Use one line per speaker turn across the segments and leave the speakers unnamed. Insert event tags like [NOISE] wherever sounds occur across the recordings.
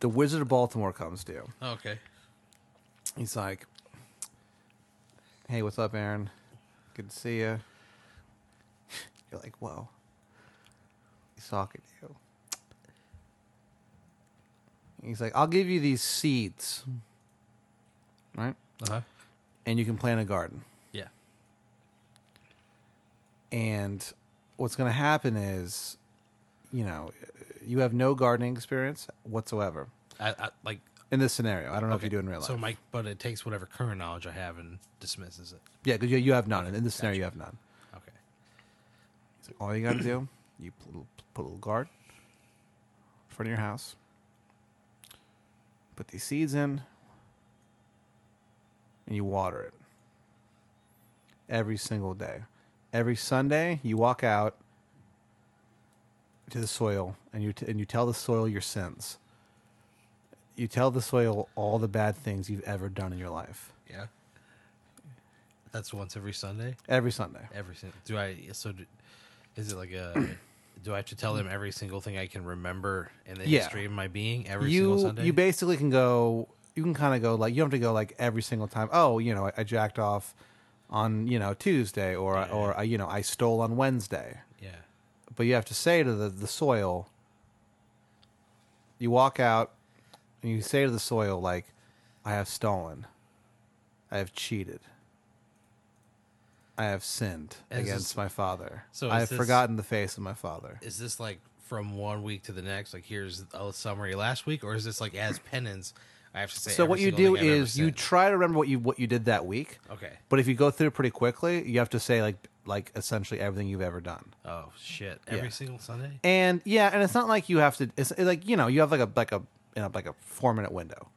the Wizard of Baltimore comes to you.
Oh, Okay.
He's like, "Hey, what's up, Aaron? Good to see you." You're like, "Whoa." He's talking to you. He's like, "I'll give you these seeds, right?
Uh huh.
And you can plant a garden."
Yeah.
And what's going to happen is, you know, you have no gardening experience whatsoever
I, I like.
in this scenario. I don't know if
okay.
you do in real life.
So my, but it takes whatever current knowledge I have and dismisses it.
yeah, because you, you have none. In this scenario, you have none.
Okay.
He's like, all you got to do, you put a, little, put a little guard in front of your house, put these seeds in, and you water it every single day. Every Sunday, you walk out to the soil and you, t- and you tell the soil your sins. You tell the soil all the bad things you've ever done in your life.
Yeah. That's once every Sunday.
Every Sunday.
Every single. Do I? So, do, is it like a? Do I have to tell them every single thing I can remember in the
Yeah.
history of my being every
you
single Sunday?
you basically can go you can kind of go like you don't have to go like every single time oh you know i, I jacked off on you know tuesday or I or I, you know i stole on wednesday
yeah.
but you have to say to the, the soil you walk out and you say to the soil like i have stolen i have cheated i have sinned
Is this-
against my father
so
i
is
have
this-
forgotten the face of my father
Is this like from one week to the next? Like here's a summary last week, or is this like as penance? I have to say.
so
every
what you
single
do
thing I've ever
is you
said?
try to remember what you what you did that week
okay.
But if you go through it pretty quickly, you have to say like like essentially everything you've ever done.
Oh shit! Every
Yeah.
single Sunday.
And yeah, and it's not like you have to. It's it's like you know you have like a like a you know, like a four minute window.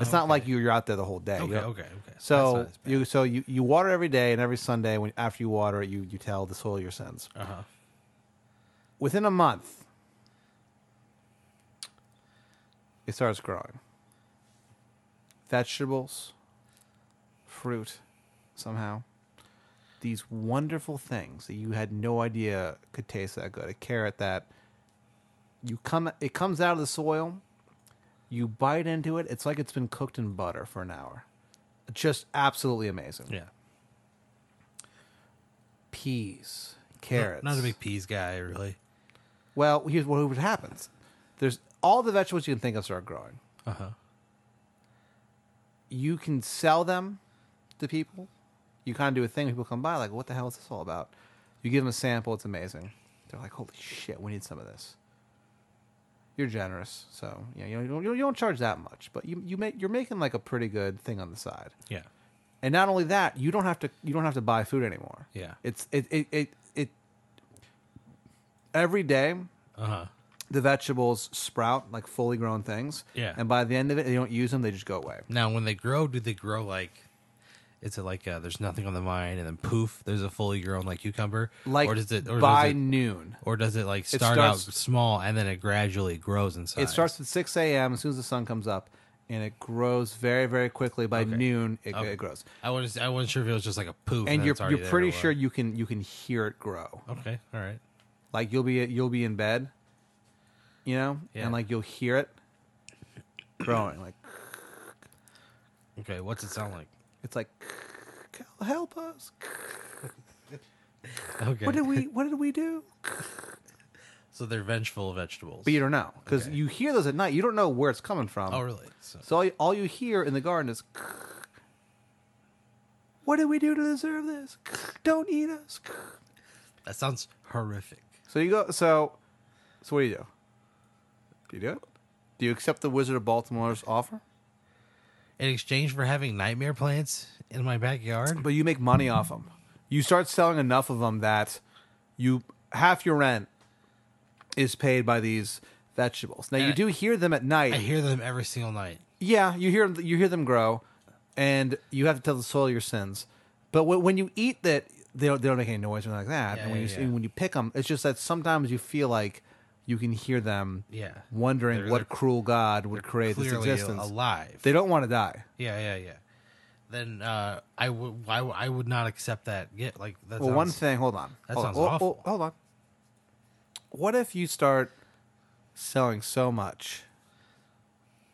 It's not like you- you're out there the whole day. you
Okay,
know?
okay, okay.
So
That's not as
you so you, you water every day and every Sunday when after you water it you you tell the soil your sins.
Uh huh.
Within a month, it starts growing. Vegetables, fruit, somehow. These wonderful things that you had no idea could taste that good. A carrot that you come it comes out of the soil, you bite into it, it's like it's been cooked in butter for an hour. Just absolutely amazing.
Yeah.
Peas, carrots.
Not a big peas guy, really.
Well, here's what what happens. There's all the vegetables you can think of start growing.
Uh huh.
You can sell them to people. You kind of do a thing. People come by, like, what the hell is this all about? You give them a sample. It's amazing. They're like, holy shit, we need some of this. You're generous, so yeah, you, know, you, don't, you don't charge that much, but you you make you're making like a pretty good thing on the side.
Yeah.
And not only that, you don't have to you don't have to buy food anymore.
Yeah.
it's it it it, it every day
Uh huh.
the vegetables sprout like fully grown things.
Yeah.
And by the end of it, they don't use them; they just go away.
Now, when they grow, do they grow like? Is it like uh, there's nothing on the vine, and then poof, there's a fully grown like cucumber?
Like
or does it or
by
does it,
noon,
or does it like start out
starts-
small and then it gradually grows in size?
it starts at six a.m. As soon as the sun comes up, and it grows very, very quickly. By noon, it, it grows,
I wasn't. I wasn't sure if it was just like a
and
poof. Oh. then
you're
it's already
you're
there
pretty
or what.
sure you can you can hear it grow.
Okay. All right.
Like you'll be you'll be in bed, you know,
Yeah.
and like you'll hear it growing. Like
Okay. What's it sound like?
it's like help us.
Okay.
What did we What did we
[LAUGHS]
do?
so they're vengeful vegetables.
But you don't know because
Okay.
you hear those at night. You don't know where it's coming from.
oh, really? So,
So all you, all you hear in the garden is, "What did we do to deserve this? Don't eat us."
that sounds horrific.
So you go. So, so what do you do? Do you do it? Do you accept the Wizard of Baltimore's offer?
In exchange for having nightmare plants in my backyard.
But you make money off them. You start selling enough of them that you half your rent is paid by these vegetables. Now you
And I-
do hear them at night.
I hear them every single night.
Yeah, you hear you hear them grow, and you have to tell the soil your sins. But when, when you eat that, they don't they don't make any noise or anything like that.
Yeah,
and when
yeah,
you
yeah.
and when you pick them, it's just that sometimes you feel like you can hear them.
Yeah.
wondering
They're-
what
they're
cruel God would create this
Clearly
existence.
alive.
They don't want to die.
yeah, yeah, yeah. Then uh, I would, I, w- I would not accept that. Get like that.
Well, one
sounds-
thing. Hold on.
that
hold
sounds
on. Oh,
awful.
oh, hold on. What if you start selling so much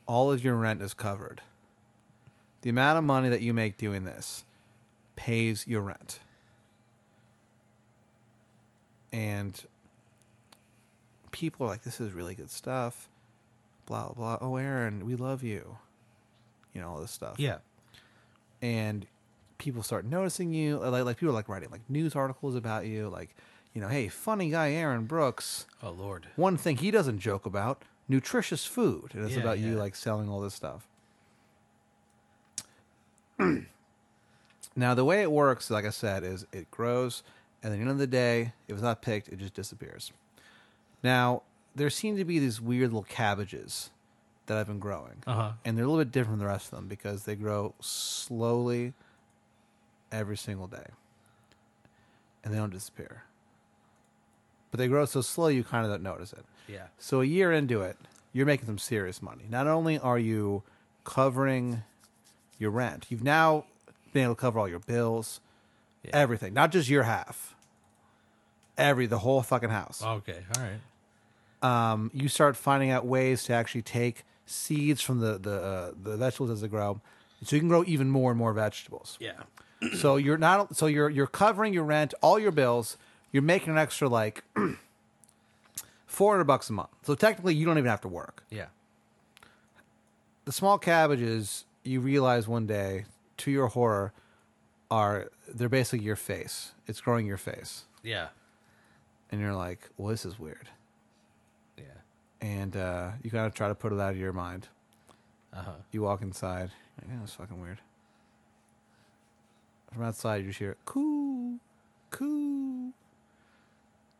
all of your rent is covered. The amount of money that you make doing this pays your rent. And people are like, this is really good stuff. Blah, blah, blah. Oh, Aaron, we love you. You know, all this stuff
Yeah.
and people start noticing you. Like, like people are like writing like news articles about you. Like, you know, hey, funny guy Aaron Brooks.
Oh Lord.
One thing he doesn't joke about: nutritious food. And it's
Yeah,
about you
yeah.
like selling all this stuff. [CLEARS THROAT] now the way it works, like I said, is it grows, and at the end of the day, if it's not picked, it just disappears. Now there seem to be these weird little cabbages that I've been growing
Uh huh.
and they're a little bit different from the rest of them because they grow slowly every single day and they don't disappear but they grow so slow you kind of don't notice it
Yeah.
so a year into it you're making some serious money not only are you covering your rent you've now been able to cover all your bills
Yeah.
everything not just your half every the whole fucking house
Okay. All right.
um, you start finding out ways to actually take seeds from the the uh, the vegetables as they grow, so you can grow even more and more vegetables.
Yeah.
So you're not so you're you're covering your rent, all your bills. You're making an extra like [CLEARS THROAT] four hundred bucks a month. So technically, you don't even have to work.
Yeah.
The small cabbages, you realize one day, to your horror, are they're basically your face. It's growing your face,
Yeah.
and you're like, "Well, this is weird."
Yeah.
And uh, you gotta try to put it out of your mind.
Uh huh.
You walk inside. Like, yeah, that's fucking weird. From outside, you just hear coo, coo, and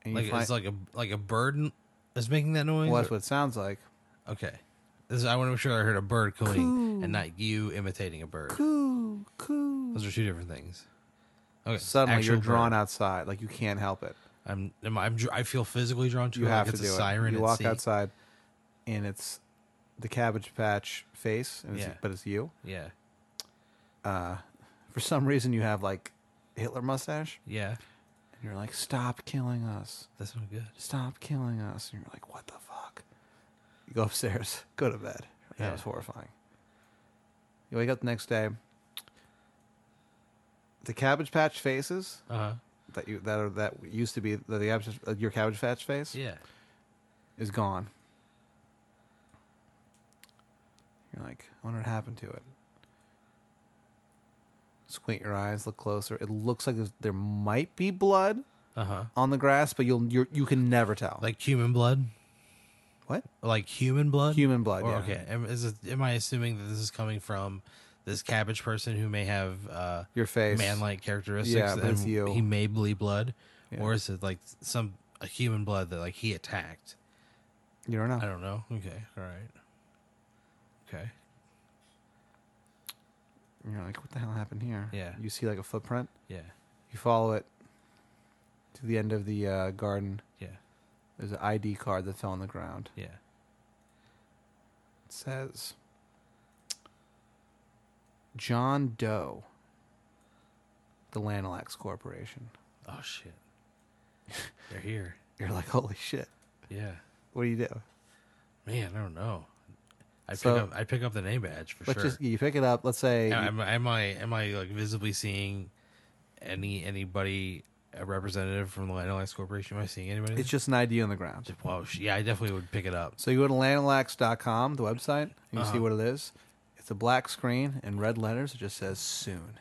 you
Like
find
it's like a like a bird is making that noise.
well, that's
or-
what it sounds like.
okay. This is, I want to make sure I heard a bird cooing
Coo.
and not you imitating a bird.
Coo, coo.
Those are two different things. Okay.
Suddenly,
actual
you're drawn
bird.
outside. Like you can't help it.
I'm, am I- I'm dr- I feel physically drawn to
You
it.
have
like
to
it's
do
a
it.
siren
you
at
walk
sea.
outside, and it's the cabbage patch face, and it's,
Yeah.
but it's you. Uh,
Yeah.
[LAUGHS] For some reason, you have like Hitler mustache,
Yeah.
and you're like, "Stop killing us."
That's not good.
stop killing us. And you're like, what the fuck? You go upstairs, [LAUGHS] go to bed. That
Yeah.
was horrifying. You wake up the next day. The cabbage patch faces
Uh huh.
that you that are that used to be the, the cabbage- uh, your cabbage patch face
Yeah.
is gone. You're like, I wonder what happened to it. Squint your eyes, look closer. It looks like there's- there might be blood
Uh huh.
on the grass, but you'll you're, you can never tell.
Like human blood.
what?
Like human blood.
Human blood.
Or-
yeah.
Okay. Am, is it, am I assuming that this is coming from this cabbage person who may have uh,
your face.
man-like characteristics?
Yeah, but it's
and
you.
He may bleed blood,
Yeah.
or is it like some a human blood that like he attacked?
You don't know.
I don't know. Okay. All right. Okay.
You're like, what the hell happened here?
Yeah.
You see like a footprint.
Yeah.
You follow it to the end of the uh, garden.
Yeah.
There's an ID card that fell on the ground.
Yeah.
It says John Doe, the Lanalax Corporation.
Oh shit. [LAUGHS] They're here.
You're like, holy shit.
Yeah.
What do you do?
Man, I don't know. I
So-
pick up. I pick up the name badge for
Let's
sure.
just you pick it up. Let's say you-
Am, am I am I like visibly seeing any anybody a representative from the Lanolax Corporation? Am I seeing anybody?
it's just an ID on the ground.
wow. sh- Yeah, I definitely would pick it up.
So you go to lanalax.com, the website, and you see
Uh-huh.
what it is. It's a black screen and red letters. It just says soon.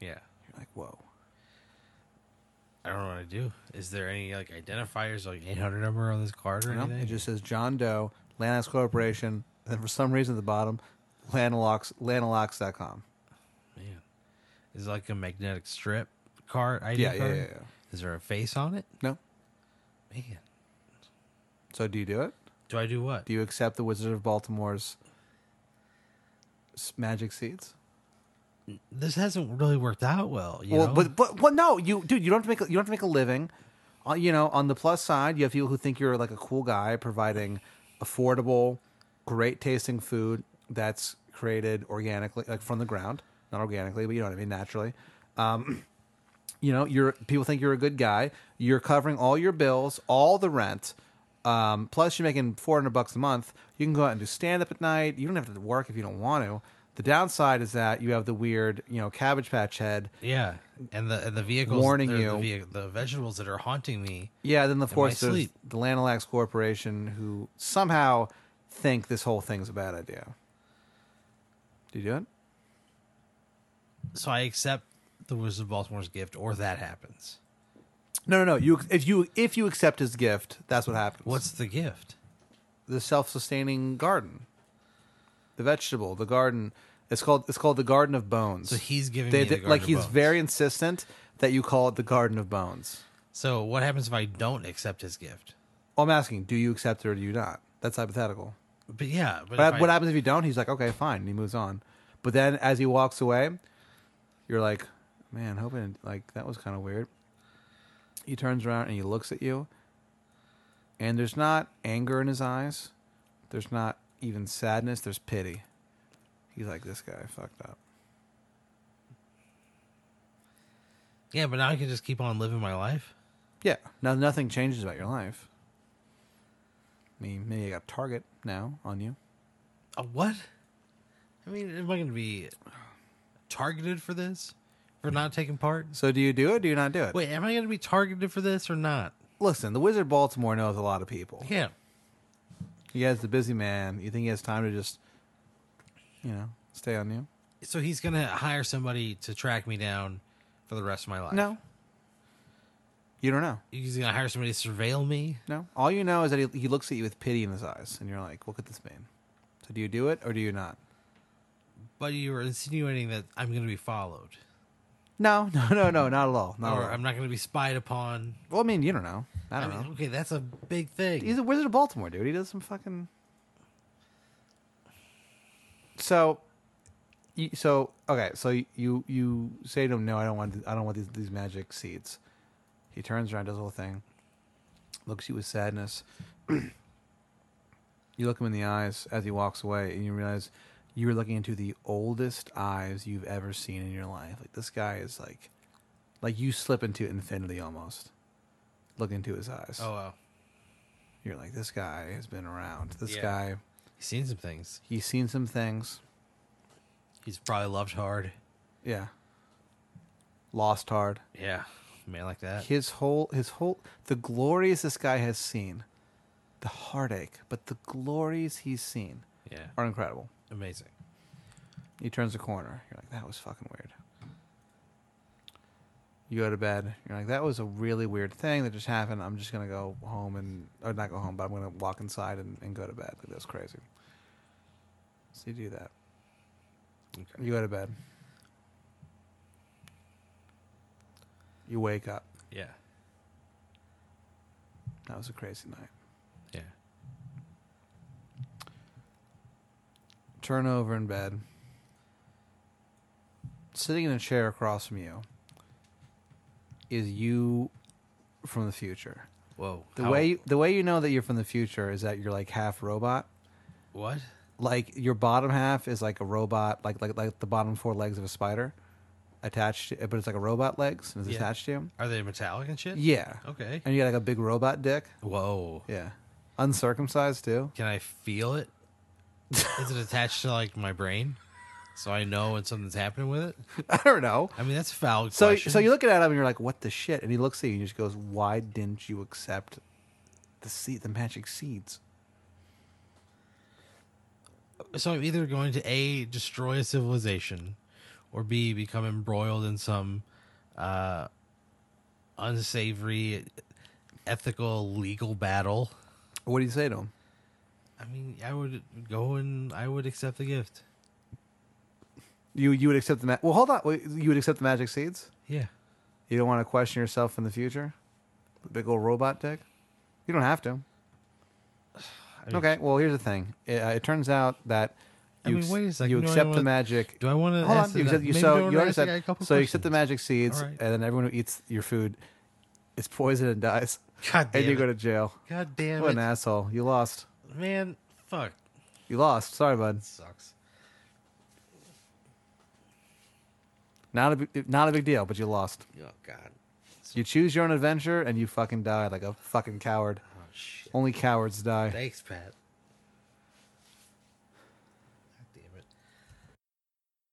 Yeah,
You're like, whoa.
I don't know what I do. Is there any like identifiers like eight hundred number on this card or
No,
anything?
it just says John Doe, Lanalax Corporation, and then for some reason at the bottom, Lanalox, Lanalox.com.
Man, is it like a magnetic strip card ID
Yeah, yeah,
card?
yeah, yeah.
Is there a face on it?
No?
Man,
So do you do it?
do I do what?
Do you accept the Wizard of Baltimore's s- magic seeds?
this hasn't really worked out well. You
well,
know?
but but well, no, you dude, you don't have to make a, you don't have to make a living. Uh, you know, on the plus side, you have people who think you're like a cool guy providing affordable, great tasting food that's created organically, like from the ground, not organically, but you know what I mean, naturally. Um, [CLEARS THROAT] you know, you're people think you're a good guy. You're covering all your bills, all the rent, Um, plus, you're making 400 bucks a month. You can go out and do stand up at night. You don't have to work if you don't want to. The downside is that you have the weird, you know, Cabbage Patch head.
Yeah, and the and the vehicles
Warning
they're the,
you.
vehi- the vegetables that are haunting me.
Yeah, then of course there's
sleep.
the Lanalax Corporation who somehow think this whole thing's a bad idea. Do you do it?
So I accept the Wizard of Baltimore's gift, or that happens.
No, no, no. You if you if you accept his gift, that's what happens.
What's the gift?
the self-sustaining garden? The vegetable, the garden. It's called it's called the Garden of Bones.
So he's giving
They-
me the
they-
Garden
like
of
he's
Bones.
very insistent that you call it the Garden of Bones.
So what happens if I don't accept his gift?
Well, I'm asking, do you accept it or do you not? That's hypothetical.
But yeah, but,
But
if I-
what happens if you don't? He's like, okay, fine. And he moves on. But then as he walks away, you're like, man, hoping like that was kind of weird. He turns around and he looks at you, and there's not anger in his eyes. There's not even sadness. There's pity. He's like, this guy fucked up.
yeah, but now I can just keep on living my life.
Yeah. Now nothing changes about your life. I mean, maybe I got a target now on you.
A Uh, what? I mean, am I going to be targeted for this for not taking part?
So do you do it? Or do you not do it?
Wait, am I going to be targeted for this or not?
Listen, the Wizard of Baltimore knows a lot of people.
Yeah.
He has the busy man. You think he has time to just, you know, stay on you?
So he's going to hire somebody to track me down for the rest of my life.
No. You don't know.
He's going to hire somebody to surveil me.
No. All you know is that he, he looks at you with pity in his eyes, and you're like, "What could this mean?" So do you do it or do you not?
But you were insinuating that I'm going to be followed
[LAUGHS] No, no, no, no, not at all. Not
or
at all.
I'm not going to be spied upon.
well, I mean, you don't know. I don't
I mean,
know.
okay, that's a big thing.
He's a Wizard of Baltimore, dude. He does some fucking. So, you, so okay. So you you say to him, "No, I don't want. I don't want these these magic seeds." He turns around, does the whole thing, looks at you with sadness. [CLEARS THROAT] you look him in the eyes as he walks away, and you realize you were looking into the oldest eyes you've ever seen in your life. Like this guy is like, like you slip into infinity almost. Look into his eyes
oh, wow.
you're like this guy has been around this
Yeah.
guy
He's seen some things.
he's seen some things
He's probably loved hard.
yeah lost hard
Yeah. Man like that.
his whole his whole the glories this guy has seen the heartache but the glories he's seen
Yeah.
are incredible
Amazing.
he turns the corner you're like that was fucking weird you go to bed you're like that was a really weird thing that just happened i'm just gonna go home and or not go home but i'm gonna walk inside and, and go to bed like that's crazy so you do that
Okay.
You go to bed. You wake up.
Yeah.
That was a crazy night.
Yeah.
Turn over in bed. Sitting in a chair across from you is you from the future.
Whoa.
The
How-
way you, the way you know that you're from the future is that you're like half robot.
What?
Like your bottom half is like a robot, like like like the bottom four legs of a spider, attached, to, but it's like a robot legs and it's
Yeah.
attached to him.
Are they metallic and shit?
Yeah,
Okay.
and you got like a big robot dick.
Whoa.
Yeah. Uncircumcised too? [LAUGHS]
Can I feel it? Is it attached to like my brain? So I know when something's happening with it?
I don't know.
I mean that's a foul.
So
question.
so you're looking at him and you're like, what the shit? And he looks at you and just goes, Why didn't you accept the seed the magic seeds?
So I'm either going to A destroy a civilization or B become embroiled in some uh unsavory ethical legal battle.
What do you say to him?
I mean, I would go and I would accept the gift.
You you would accept the ma- well hold on. Wait, You would accept the magic seeds?
Yeah.
You don't want to question yourself in the future? The big old robot dick? You don't have to.
I mean,
Okay, well here's the thing. It, uh, it turns out that
I
you,
mean,
ex-
wait a second,
you
do I
accept the
wanna-
magic
Do I want to?
Hold on. You accept, you, so you already said, so you accept the magic seeds,
All right.
and then everyone who eats your food is poisoned and dies,
God damn
and you
it.
go to jail.
God damn
What
it,
an asshole! You lost.
man! Fuck,
You lost. Sorry, bud.
sucks.
Not a big- not a big deal, but you lost.
Oh God.
You choose your own adventure, and you fucking die like a fucking coward.
Oh shit.
Only cowards die.
Thanks, Pat.